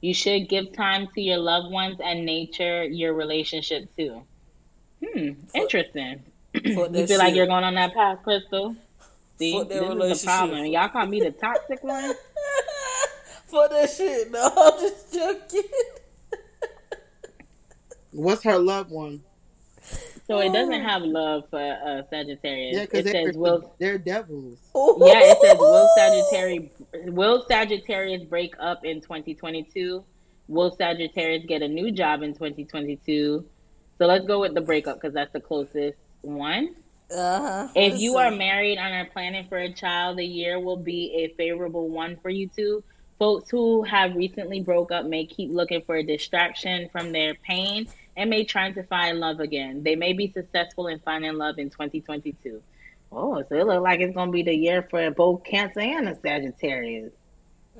Speaker 1: You should give time to your loved ones and nature your relationship too. Hmm, interesting.
Speaker 3: Fuck
Speaker 1: You
Speaker 3: that
Speaker 1: feel like
Speaker 3: shit.
Speaker 1: you're going on that path, Crystal? See,
Speaker 3: Fuck that
Speaker 1: this is
Speaker 3: relationship.
Speaker 1: the problem. Y'all call me the toxic one?
Speaker 3: Fuck that shit. No, I'm just joking.
Speaker 2: What's her loved one?
Speaker 1: So it doesn't have love for uh, Sagittarius.
Speaker 2: Yeah, because
Speaker 1: it
Speaker 2: they're,
Speaker 1: says will.
Speaker 2: they're devils.
Speaker 1: Yeah, it says will Sagittarius will Sagittarius break up in 2022? Will Sagittarius get a new job in 2022? So let's go with the breakup because that's the closest one.
Speaker 3: Uh-huh.
Speaker 1: If you are married and are planning for a child, the year will be a favorable one for you two. Folks who have recently broke up may keep looking for a distraction from their pain and may try to find love again. They may be successful in finding love in 2022. Oh, so it looks like it's going to be the year for both Cancer and the Sagittarius.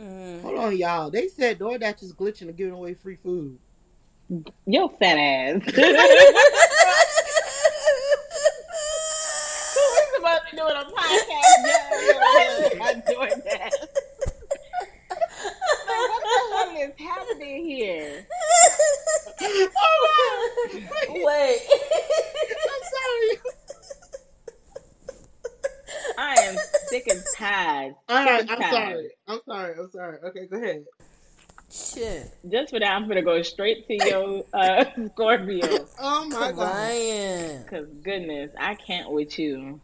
Speaker 3: Mm.
Speaker 2: Hold on, y'all. They said DoorDash is glitching and giving away free food.
Speaker 1: Yo, fat ass. Who's supposed to do it on podcast? Yeah, I'm doing that. Like, what the hell is happening here?
Speaker 3: Wait.
Speaker 2: I'm sorry.
Speaker 1: I am sick and tired.
Speaker 2: All right, I'm
Speaker 1: Okay.
Speaker 2: sorry. I'm sorry. I'm sorry. Okay, go ahead.
Speaker 3: Shit.
Speaker 1: Just for that, I'm gonna go straight to your uh, Scorpio.
Speaker 2: Oh my god.
Speaker 3: Ryan.
Speaker 1: Cause goodness, I can't with you.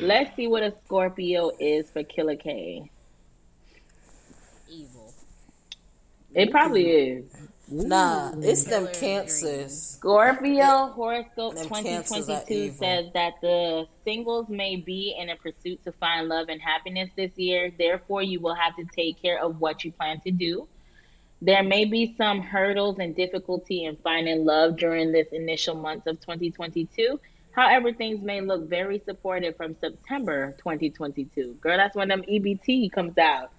Speaker 1: Let's see what a Scorpio is for Killer K.
Speaker 4: Evil.
Speaker 1: It probably is.
Speaker 3: Nah, it's them
Speaker 4: Killer
Speaker 3: cancers.
Speaker 1: Scorpio horoscope
Speaker 3: Them cancers are
Speaker 1: 2022
Speaker 3: evil.
Speaker 1: says that the singles may be in a pursuit to find love and happiness this year. Therefore, you will have to take care of what you plan to do. There may be some hurdles and difficulty in finding love during this initial months of 2022. However, things may look very supportive from September 2022. Girl, that's when them EBT comes out.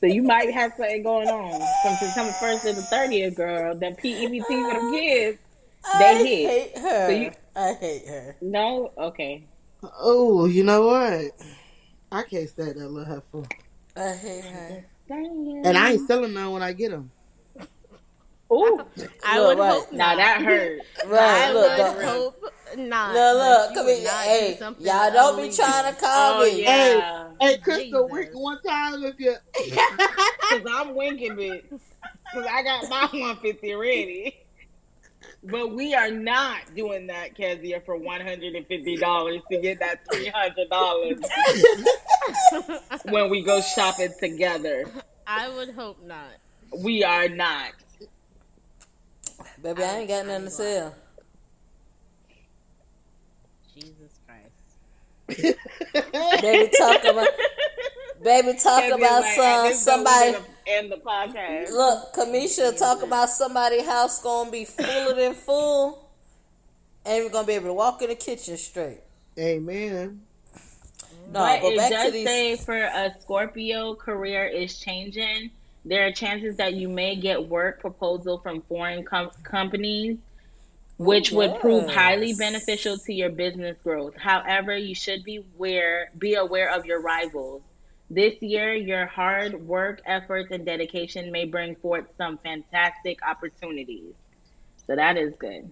Speaker 1: So you might have something going on from September 1st to the 30th, girl. Them PEBT for them kids.
Speaker 3: I
Speaker 1: They hit.
Speaker 3: hate her.
Speaker 1: So you-
Speaker 3: I hate her.
Speaker 1: No, okay.
Speaker 2: Oh, you know what? I can't stand that little heifer.
Speaker 3: I hate her.
Speaker 2: And I ain't selling none when I get them.
Speaker 1: Ooh,
Speaker 4: I
Speaker 3: Look,
Speaker 4: would
Speaker 3: right.
Speaker 4: hope
Speaker 1: now
Speaker 4: not.
Speaker 1: that hurt.
Speaker 3: Right,
Speaker 4: I
Speaker 3: look,
Speaker 4: would
Speaker 3: don't-
Speaker 4: hope not.
Speaker 3: No, look,
Speaker 4: but
Speaker 3: come
Speaker 4: you
Speaker 3: here.
Speaker 4: would not do
Speaker 3: Hey,
Speaker 4: something
Speaker 3: y'all don't be
Speaker 4: illegal.
Speaker 3: trying to call
Speaker 1: Oh
Speaker 3: me.
Speaker 1: yeah,
Speaker 2: Hey, Crystal,
Speaker 4: Jesus.
Speaker 2: wink one time if you.
Speaker 1: because I'm winking it. Because I got my 150 ready. But we are not doing that, Kezia, for one hundred and fifty dollars to get that three hundred dollars when we go shopping together.
Speaker 4: I would hope not.
Speaker 1: We are not.
Speaker 3: Baby, I ain't got nothing to sell.
Speaker 4: Jesus Christ.
Speaker 3: Baby, talk about. Baby, talk
Speaker 1: Kezia's
Speaker 3: about
Speaker 1: like, "At
Speaker 3: some
Speaker 1: this point, we're
Speaker 3: somebody.
Speaker 1: gonna end the podcast.
Speaker 3: Look, Kamisha, talk about somebody house gonna be fuller than full, and we're gonna be able to walk in the kitchen straight.
Speaker 2: Amen.
Speaker 3: No,
Speaker 1: but
Speaker 3: but
Speaker 1: it
Speaker 3: back to
Speaker 1: does
Speaker 3: these.
Speaker 1: say for a Scorpio career is changing. There are chances that you may get work proposal from foreign com- companies, which would prove highly
Speaker 3: yes.
Speaker 1: beneficial to your business growth. However, you should be aware be aware of your rivals. This year, your hard work, efforts, and dedication may bring forth some fantastic opportunities. So that is good.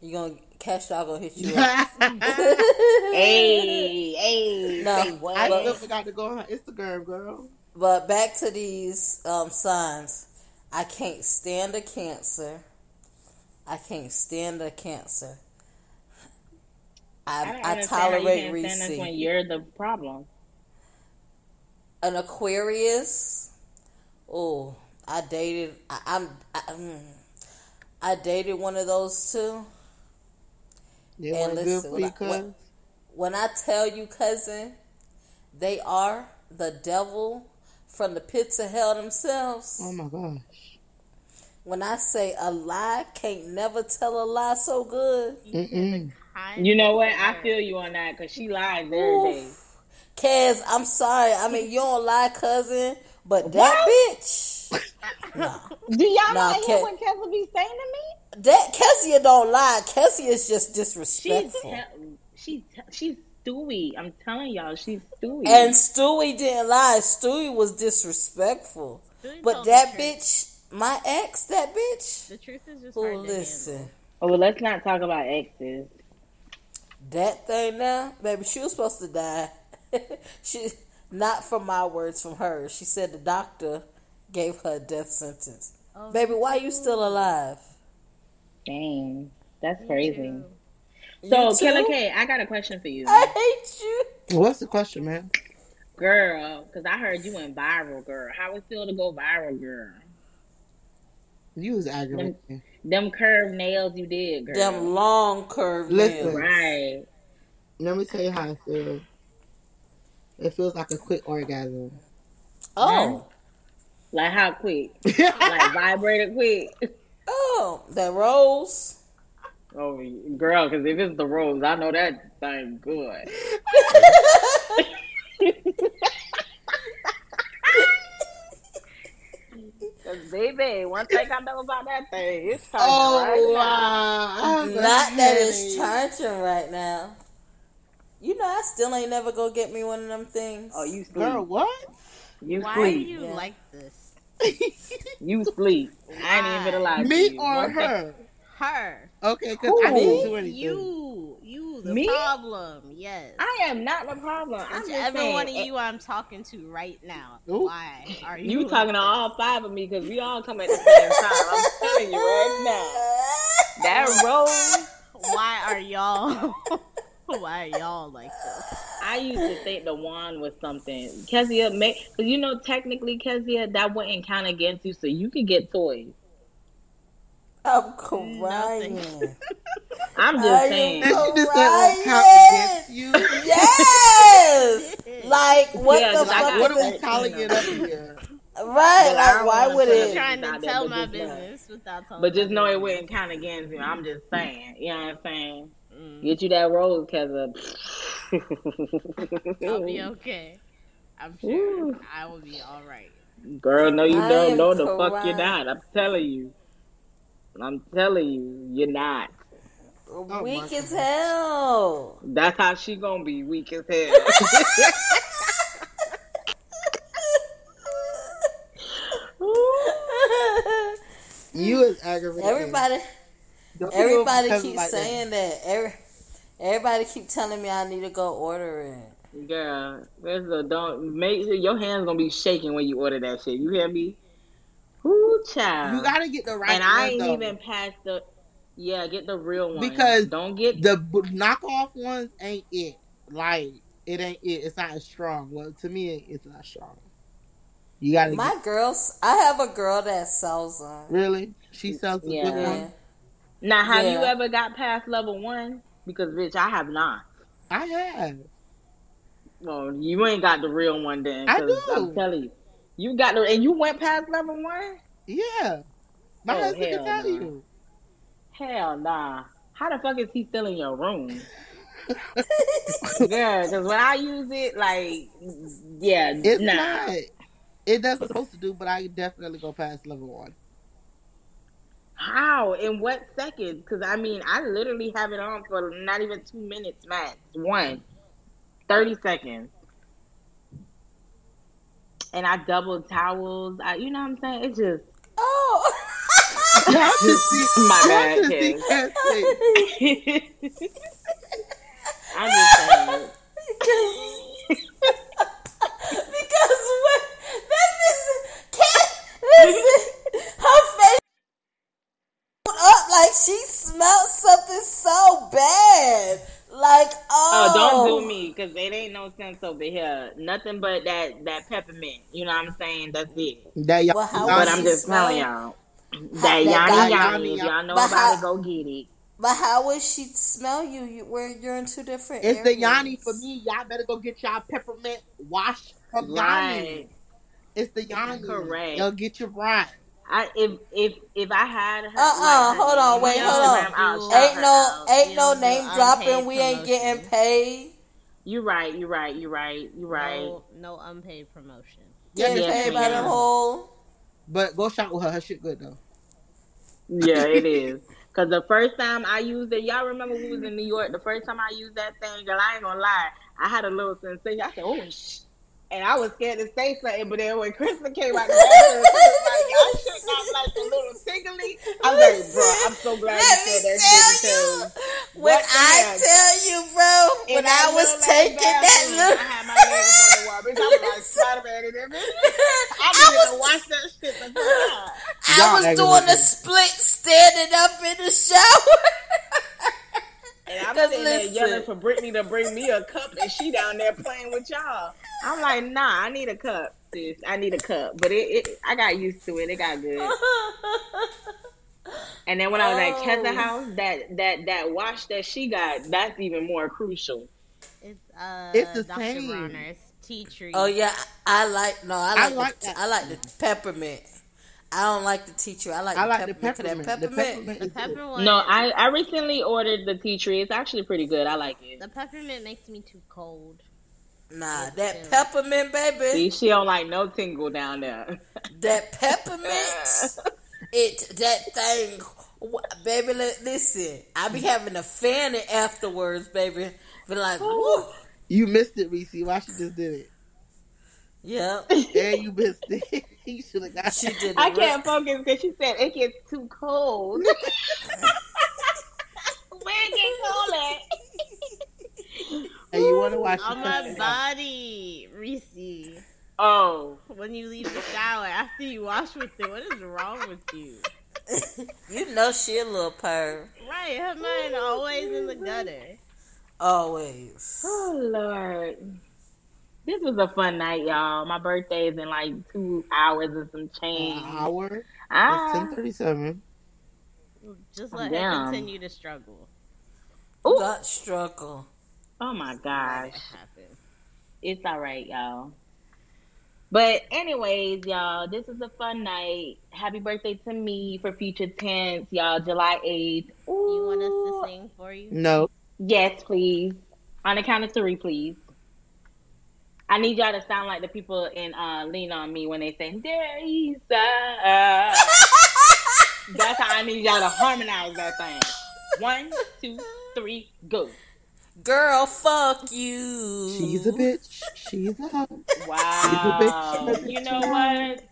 Speaker 3: you gonna cash dog gonna hit you up.
Speaker 2: I
Speaker 1: Hey, hey,
Speaker 3: No,
Speaker 1: say what?
Speaker 2: still forgot to go on her Instagram, girl.
Speaker 3: But back to these um, signs. I can't stand a cancer. I can't stand a cancer.
Speaker 1: I,
Speaker 3: I,
Speaker 1: don't
Speaker 3: I,
Speaker 1: understand how "Oh, you
Speaker 3: tolerate
Speaker 1: can't stand us when
Speaker 3: receipt.
Speaker 1: you're the problem.
Speaker 3: An Aquarius. Oh, I dated. I, I'm. I, mm, I dated one of those two.
Speaker 2: They
Speaker 3: And
Speaker 2: want good
Speaker 3: listen,
Speaker 2: for
Speaker 3: when I-
Speaker 2: you, cuz.
Speaker 3: When I tell you, cousin, they are the devil from the pits of hell themselves.
Speaker 4: Mm.
Speaker 2: Oh my gosh.
Speaker 3: When I say a lie, can't never tell a lie so good.
Speaker 4: You
Speaker 2: Mm-mm.
Speaker 4: kind
Speaker 1: You know what? I
Speaker 4: sir.
Speaker 1: feel you on that because she lies every day.
Speaker 3: Cause I'm sorry. I mean, you don't lie, cousin, but that bitch,
Speaker 1: Do y'all
Speaker 3: Nah,
Speaker 1: not
Speaker 3: Ke-
Speaker 1: hear what Kessler be saying to me?
Speaker 3: that Kessia don't lie. Kessia is just
Speaker 1: She's
Speaker 3: disrespectful.
Speaker 1: te- she te- she's Stewie. I'm telling y'all, she's Stewie.
Speaker 3: and Stewie didn't lie. Stewie was disrespectful.
Speaker 4: Stewie
Speaker 3: But
Speaker 4: told the
Speaker 3: that
Speaker 4: truth.
Speaker 3: bitch, my ex, that bitch.
Speaker 4: The truth is just
Speaker 3: Oh,
Speaker 4: hard to handle.
Speaker 3: listen,
Speaker 1: oh, well, let's not talk about exes.
Speaker 3: that thing now, baby, she was supposed to die. she not from my words, from hers. She said the doctor gave her a death sentence.
Speaker 4: Oh,
Speaker 3: Baby, why you still alive?
Speaker 1: Dang, that's
Speaker 4: me
Speaker 1: crazy.
Speaker 4: too.
Speaker 1: So,
Speaker 3: You too?
Speaker 1: Killer K, I got a question for you,
Speaker 3: I hate you.
Speaker 2: What's the question, man?
Speaker 1: girl. Because I heard you went viral, girl. How it feel to go viral, girl?
Speaker 2: You was aggravating.
Speaker 1: Them curved nails you did, girl.
Speaker 3: Them long curved
Speaker 2: Listen.
Speaker 3: nails.
Speaker 1: right.
Speaker 2: Let me tell you how it feels. It feels like a quick orgasm.
Speaker 3: Oh,
Speaker 1: Like how quick? like vibrated quick.
Speaker 3: oh, that rose.
Speaker 1: Oh, girl, because if it's the rose, I know that thing good. Cause baby, once they got know about that thing, it's time
Speaker 2: Oh
Speaker 1: right now.
Speaker 2: wow!
Speaker 3: Not that it's charging right now. You know, I still ain't never go get me one of them things.
Speaker 1: Oh, you sleep.
Speaker 2: Girl, what?
Speaker 1: you
Speaker 4: Why
Speaker 1: sleep.
Speaker 4: do
Speaker 1: You...
Speaker 4: you
Speaker 3: Yeah.
Speaker 4: like this?
Speaker 1: sleep. I ain't even gonna lie. to
Speaker 2: Me
Speaker 1: you.
Speaker 2: or
Speaker 1: Once they-
Speaker 2: her?
Speaker 4: Her.
Speaker 2: Okay, because I didn't do anything.
Speaker 4: You. You, the
Speaker 1: Me?
Speaker 4: problem. Yes.
Speaker 1: I am not the problem. I'm
Speaker 4: It's
Speaker 1: just
Speaker 4: every
Speaker 1: saying. eh,
Speaker 4: one of you I'm talking to right now.
Speaker 2: Ooh.
Speaker 4: Why are
Speaker 1: You
Speaker 4: you,
Speaker 1: talking to all five of me because we all come at the same time. I'm telling you right now. That rose,
Speaker 4: Why are y'all? why are y'all like this?
Speaker 1: I used to think the wand was something. Kezia, make because you know technically Kezia that wouldn't count against you, so you could get toys.
Speaker 3: I'm crying.
Speaker 1: I'm just
Speaker 3: Are you-
Speaker 1: saying.
Speaker 2: And she just said, "Well, count
Speaker 3: Alright.
Speaker 2: against you."
Speaker 3: yes. Like what
Speaker 1: Yeah,
Speaker 3: the
Speaker 1: 'cause I
Speaker 3: fuck?
Speaker 1: got-
Speaker 2: What
Speaker 3: is
Speaker 2: are we
Speaker 3: it?
Speaker 2: calling it up here?
Speaker 3: Right?
Speaker 1: I
Speaker 3: Like
Speaker 1: don't
Speaker 3: why
Speaker 1: wanna
Speaker 3: would
Speaker 1: put it-
Speaker 4: I'm
Speaker 3: it?
Speaker 4: trying to
Speaker 1: Not that,
Speaker 4: tell
Speaker 1: but
Speaker 4: my
Speaker 1: just know.
Speaker 4: business without telling.
Speaker 1: But just
Speaker 4: my
Speaker 1: know it
Speaker 4: business.
Speaker 1: wouldn't count against me. I'm just saying. You know what I'm saying?
Speaker 4: Mm.
Speaker 1: Mm-hmm. Get you that rose, Keza.
Speaker 4: I'll be okay. I'm sure
Speaker 1: Ooh.
Speaker 4: I will be all right.
Speaker 1: Girl, no, you
Speaker 3: I
Speaker 1: don't.
Speaker 3: am
Speaker 1: No, the fuck you're
Speaker 3: crying.
Speaker 1: not. I'm telling you. I'm telling you, you're not. Oh,
Speaker 2: my
Speaker 3: Weak as
Speaker 2: God.
Speaker 3: hell.
Speaker 1: That's how she gonna be weak as hell.
Speaker 2: You is aggravating.
Speaker 3: Everybody.
Speaker 2: Don't you
Speaker 3: Everybody
Speaker 2: because
Speaker 3: keeps
Speaker 2: like that?
Speaker 3: saying that. Every, everybody keep telling me I need to go order it.
Speaker 1: Girl, there's a don't make sure your hands gonna be shaking when you order that shit. You hear me? Whoo, child.
Speaker 2: You gotta get the right
Speaker 1: and I
Speaker 2: one,
Speaker 1: ain't
Speaker 2: though.
Speaker 1: even past the. Yeah, get the real one.
Speaker 2: Because
Speaker 1: don't get
Speaker 2: the b- knockoff ones ain't it. Like it ain't it. It's not as strong. Well, to me, it- it's not strong. You gotta
Speaker 3: My girls, I have a girl that sells them.
Speaker 2: really. She sells a good
Speaker 1: Yeah.
Speaker 2: one.
Speaker 3: Mm, Yeah.
Speaker 1: now. Have you
Speaker 3: Yeah.
Speaker 1: ever got past level one? Because bitch, I have not.
Speaker 2: I have.
Speaker 1: Well, you ain't got the real one then.
Speaker 2: I
Speaker 1: 'cause
Speaker 2: do.
Speaker 1: I'm telling you, you got the and you went past level one.
Speaker 2: Yeah. My
Speaker 1: Oh,
Speaker 2: husband can
Speaker 1: hell
Speaker 2: tell
Speaker 1: no.
Speaker 2: you.
Speaker 1: Hell nah. How the fuck is he still in your room? yeah, because when I use it, like, yeah,
Speaker 2: It's
Speaker 1: nah.
Speaker 2: not. It doesn't supposed to do, but I definitely go past level one.
Speaker 1: How? In what seconds? Because I mean, I literally have it on for not even two minutes max. One. 30 seconds. And I double towels. I, you know what I'm saying? It's just
Speaker 3: Oh.
Speaker 2: Y'all should see.
Speaker 1: my
Speaker 2: Y'all
Speaker 1: bad,
Speaker 2: should see
Speaker 1: kid.
Speaker 2: Cat's face.
Speaker 1: I'm just saying.
Speaker 3: because what that is cat listen her face up like she smelled something so bad like
Speaker 1: Oh,
Speaker 3: oh,
Speaker 1: don't do me, cause it ain't no sense over here. Nothing but that that peppermint. You know what I'm saying? That's it.
Speaker 2: That y'all.
Speaker 3: Well, how
Speaker 2: y'all
Speaker 1: But
Speaker 3: was
Speaker 1: I'm
Speaker 2: should-
Speaker 1: just
Speaker 3: smell-
Speaker 1: telling y'all that
Speaker 3: that
Speaker 1: yanni yanni.
Speaker 2: yanni,
Speaker 1: If y'all know
Speaker 3: but
Speaker 1: about
Speaker 3: how-
Speaker 1: it, go get it.
Speaker 3: but how would she smell you, you where you're in two different
Speaker 2: It's the
Speaker 3: areas.
Speaker 2: Yanni for me. Y'all better go get y'all peppermint wash from Yanni.
Speaker 1: Right.
Speaker 2: It's the Yanni.
Speaker 1: Correct.
Speaker 2: Y'all get your right.
Speaker 1: I if if if I had her.
Speaker 3: Uh
Speaker 1: like,
Speaker 3: uh
Speaker 1: her
Speaker 3: hold on,
Speaker 1: name
Speaker 3: wait,
Speaker 1: on
Speaker 3: hold
Speaker 1: Instagram,
Speaker 3: on.
Speaker 1: I'll shout
Speaker 3: Ain't
Speaker 1: her
Speaker 3: no,
Speaker 1: out.
Speaker 3: ain't no
Speaker 4: You don't do
Speaker 3: name
Speaker 4: unpaid
Speaker 3: dropping. We ain't getting
Speaker 4: promotion.
Speaker 3: paid.
Speaker 1: You right. You right. You right. You right.
Speaker 4: No, no unpaid promotion.
Speaker 2: Yeah,
Speaker 3: Getting
Speaker 1: yeah,
Speaker 3: paid by the
Speaker 1: yeah.
Speaker 3: whole.
Speaker 2: But go shop with her. Her shit good though.
Speaker 1: Yeah, it is. Cause the first time I used it, y'all remember we was in New York. The first time I used that thing, girl, I ain't gonna lie, I had a little sensation. I said, "Oh shh," and I was scared to say something. But then when Krista came out, the bathroom, she was like, y'all should not like the little tingly. I was like, "Bro, I'm so glad
Speaker 3: Let
Speaker 1: you
Speaker 3: me
Speaker 1: said that shit."
Speaker 3: tell you,
Speaker 1: because
Speaker 3: when
Speaker 1: what the
Speaker 3: I
Speaker 1: heck?
Speaker 3: tell you, bro,
Speaker 1: in
Speaker 3: when
Speaker 1: that
Speaker 3: I was
Speaker 1: little ass
Speaker 3: taking that
Speaker 1: bathroom,
Speaker 3: look,
Speaker 1: I had my leg up on the wall. Bitch, I was like, Spider-Man in there. bitch. I needed to
Speaker 3: I was,
Speaker 1: watch that shit the first time.
Speaker 2: Y'all
Speaker 3: I was
Speaker 2: niggas
Speaker 3: doing a
Speaker 2: is-
Speaker 3: split standing up in the shower.
Speaker 1: And I'm
Speaker 3: 'Cause
Speaker 1: sitting
Speaker 3: listen.
Speaker 1: there yelling for Brittany to bring me a cup, and she down there playing with y'all. I'm like, nah, I need a cup, sis. I need a cup. But it, it I got used to it. It got good. And then when I was at
Speaker 3: Oh.
Speaker 1: Kessa's house, that that that wash that she got, that's even more crucial.
Speaker 4: It's uh,
Speaker 2: It's the
Speaker 4: Dr.
Speaker 2: same.
Speaker 4: Bronner's tea tree.
Speaker 3: oh yeah, I I like no, I
Speaker 2: I
Speaker 3: like,
Speaker 2: like
Speaker 3: the,
Speaker 2: that.
Speaker 3: I like the peppermint. I don't like the teacher. I like,
Speaker 2: I like the peppermint.
Speaker 3: peppermint. to That
Speaker 2: The peppermint
Speaker 3: peppermint.
Speaker 4: The
Speaker 2: is good.
Speaker 4: pepper one.
Speaker 1: No, I I recently ordered the tea tree. It's actually pretty good. I like it.
Speaker 4: The peppermint makes me too cold.
Speaker 3: Nah, that peppermint, baby.
Speaker 1: See, she don't like no tingle down there.
Speaker 3: That peppermint, it that thing, wh- baby. li- Listen, I be having a fan it afterwards, baby. Be like, woo,
Speaker 2: You missed it, Reese. Why she just did
Speaker 3: yep.
Speaker 2: it? And you missed it. you should have got
Speaker 3: She
Speaker 2: it.
Speaker 3: did.
Speaker 1: I
Speaker 3: it
Speaker 1: can't focus because she said it gets too cold. Where it get cold at?
Speaker 2: And you want to watch
Speaker 4: On
Speaker 2: the
Speaker 4: Oh my
Speaker 2: peppermint.
Speaker 4: body, Reese.
Speaker 1: Oh.
Speaker 4: When you leave the shower after you wash with it, what is wrong with you?
Speaker 3: You know she a little perv,
Speaker 4: Right, her mind always in the gutter.
Speaker 3: always.
Speaker 1: Oh Lord. This was a fun night, y'all. My birthday is in like two hours and some change.
Speaker 2: An hour. It's
Speaker 1: Ah,
Speaker 2: ten thirty-seven.
Speaker 4: Just let
Speaker 1: Damn.
Speaker 4: her continue to struggle.
Speaker 1: Ooh.
Speaker 3: That struggle.
Speaker 1: oh my
Speaker 4: Let
Speaker 1: gosh.
Speaker 4: it happen.
Speaker 1: It's all right, y'all. But anyways, y'all, this is a fun night. Happy birthday to me for future tense, y'all. July eighth. You
Speaker 4: You want us to sing for you?
Speaker 2: No.
Speaker 1: Yes, please. On the count of three, please. I need y'all to sound like the people in uh, Lean On Me when they say, Derisa. That's how I need y'all to harmonize that thing. One, two, three, go.
Speaker 3: Girl, fuck you.
Speaker 2: She's a bitch. She's a hoe.
Speaker 1: Wow. You know what?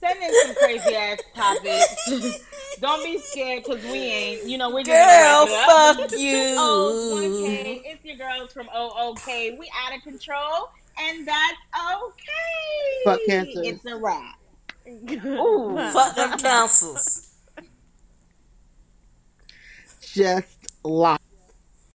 Speaker 1: Send in some crazy ass topics. Don't be scared because we ain't. You know, we're just
Speaker 3: Girl,
Speaker 1: gonna wrap it up.
Speaker 3: fuck
Speaker 1: Oh, it's 1K.
Speaker 3: you.
Speaker 1: It's your girls from OOK. We out of control, and that's okay.
Speaker 2: Fuck cancer.
Speaker 1: It's a wrap.
Speaker 4: Ooh,
Speaker 1: Ooh.
Speaker 3: Fuck them councils.
Speaker 2: just like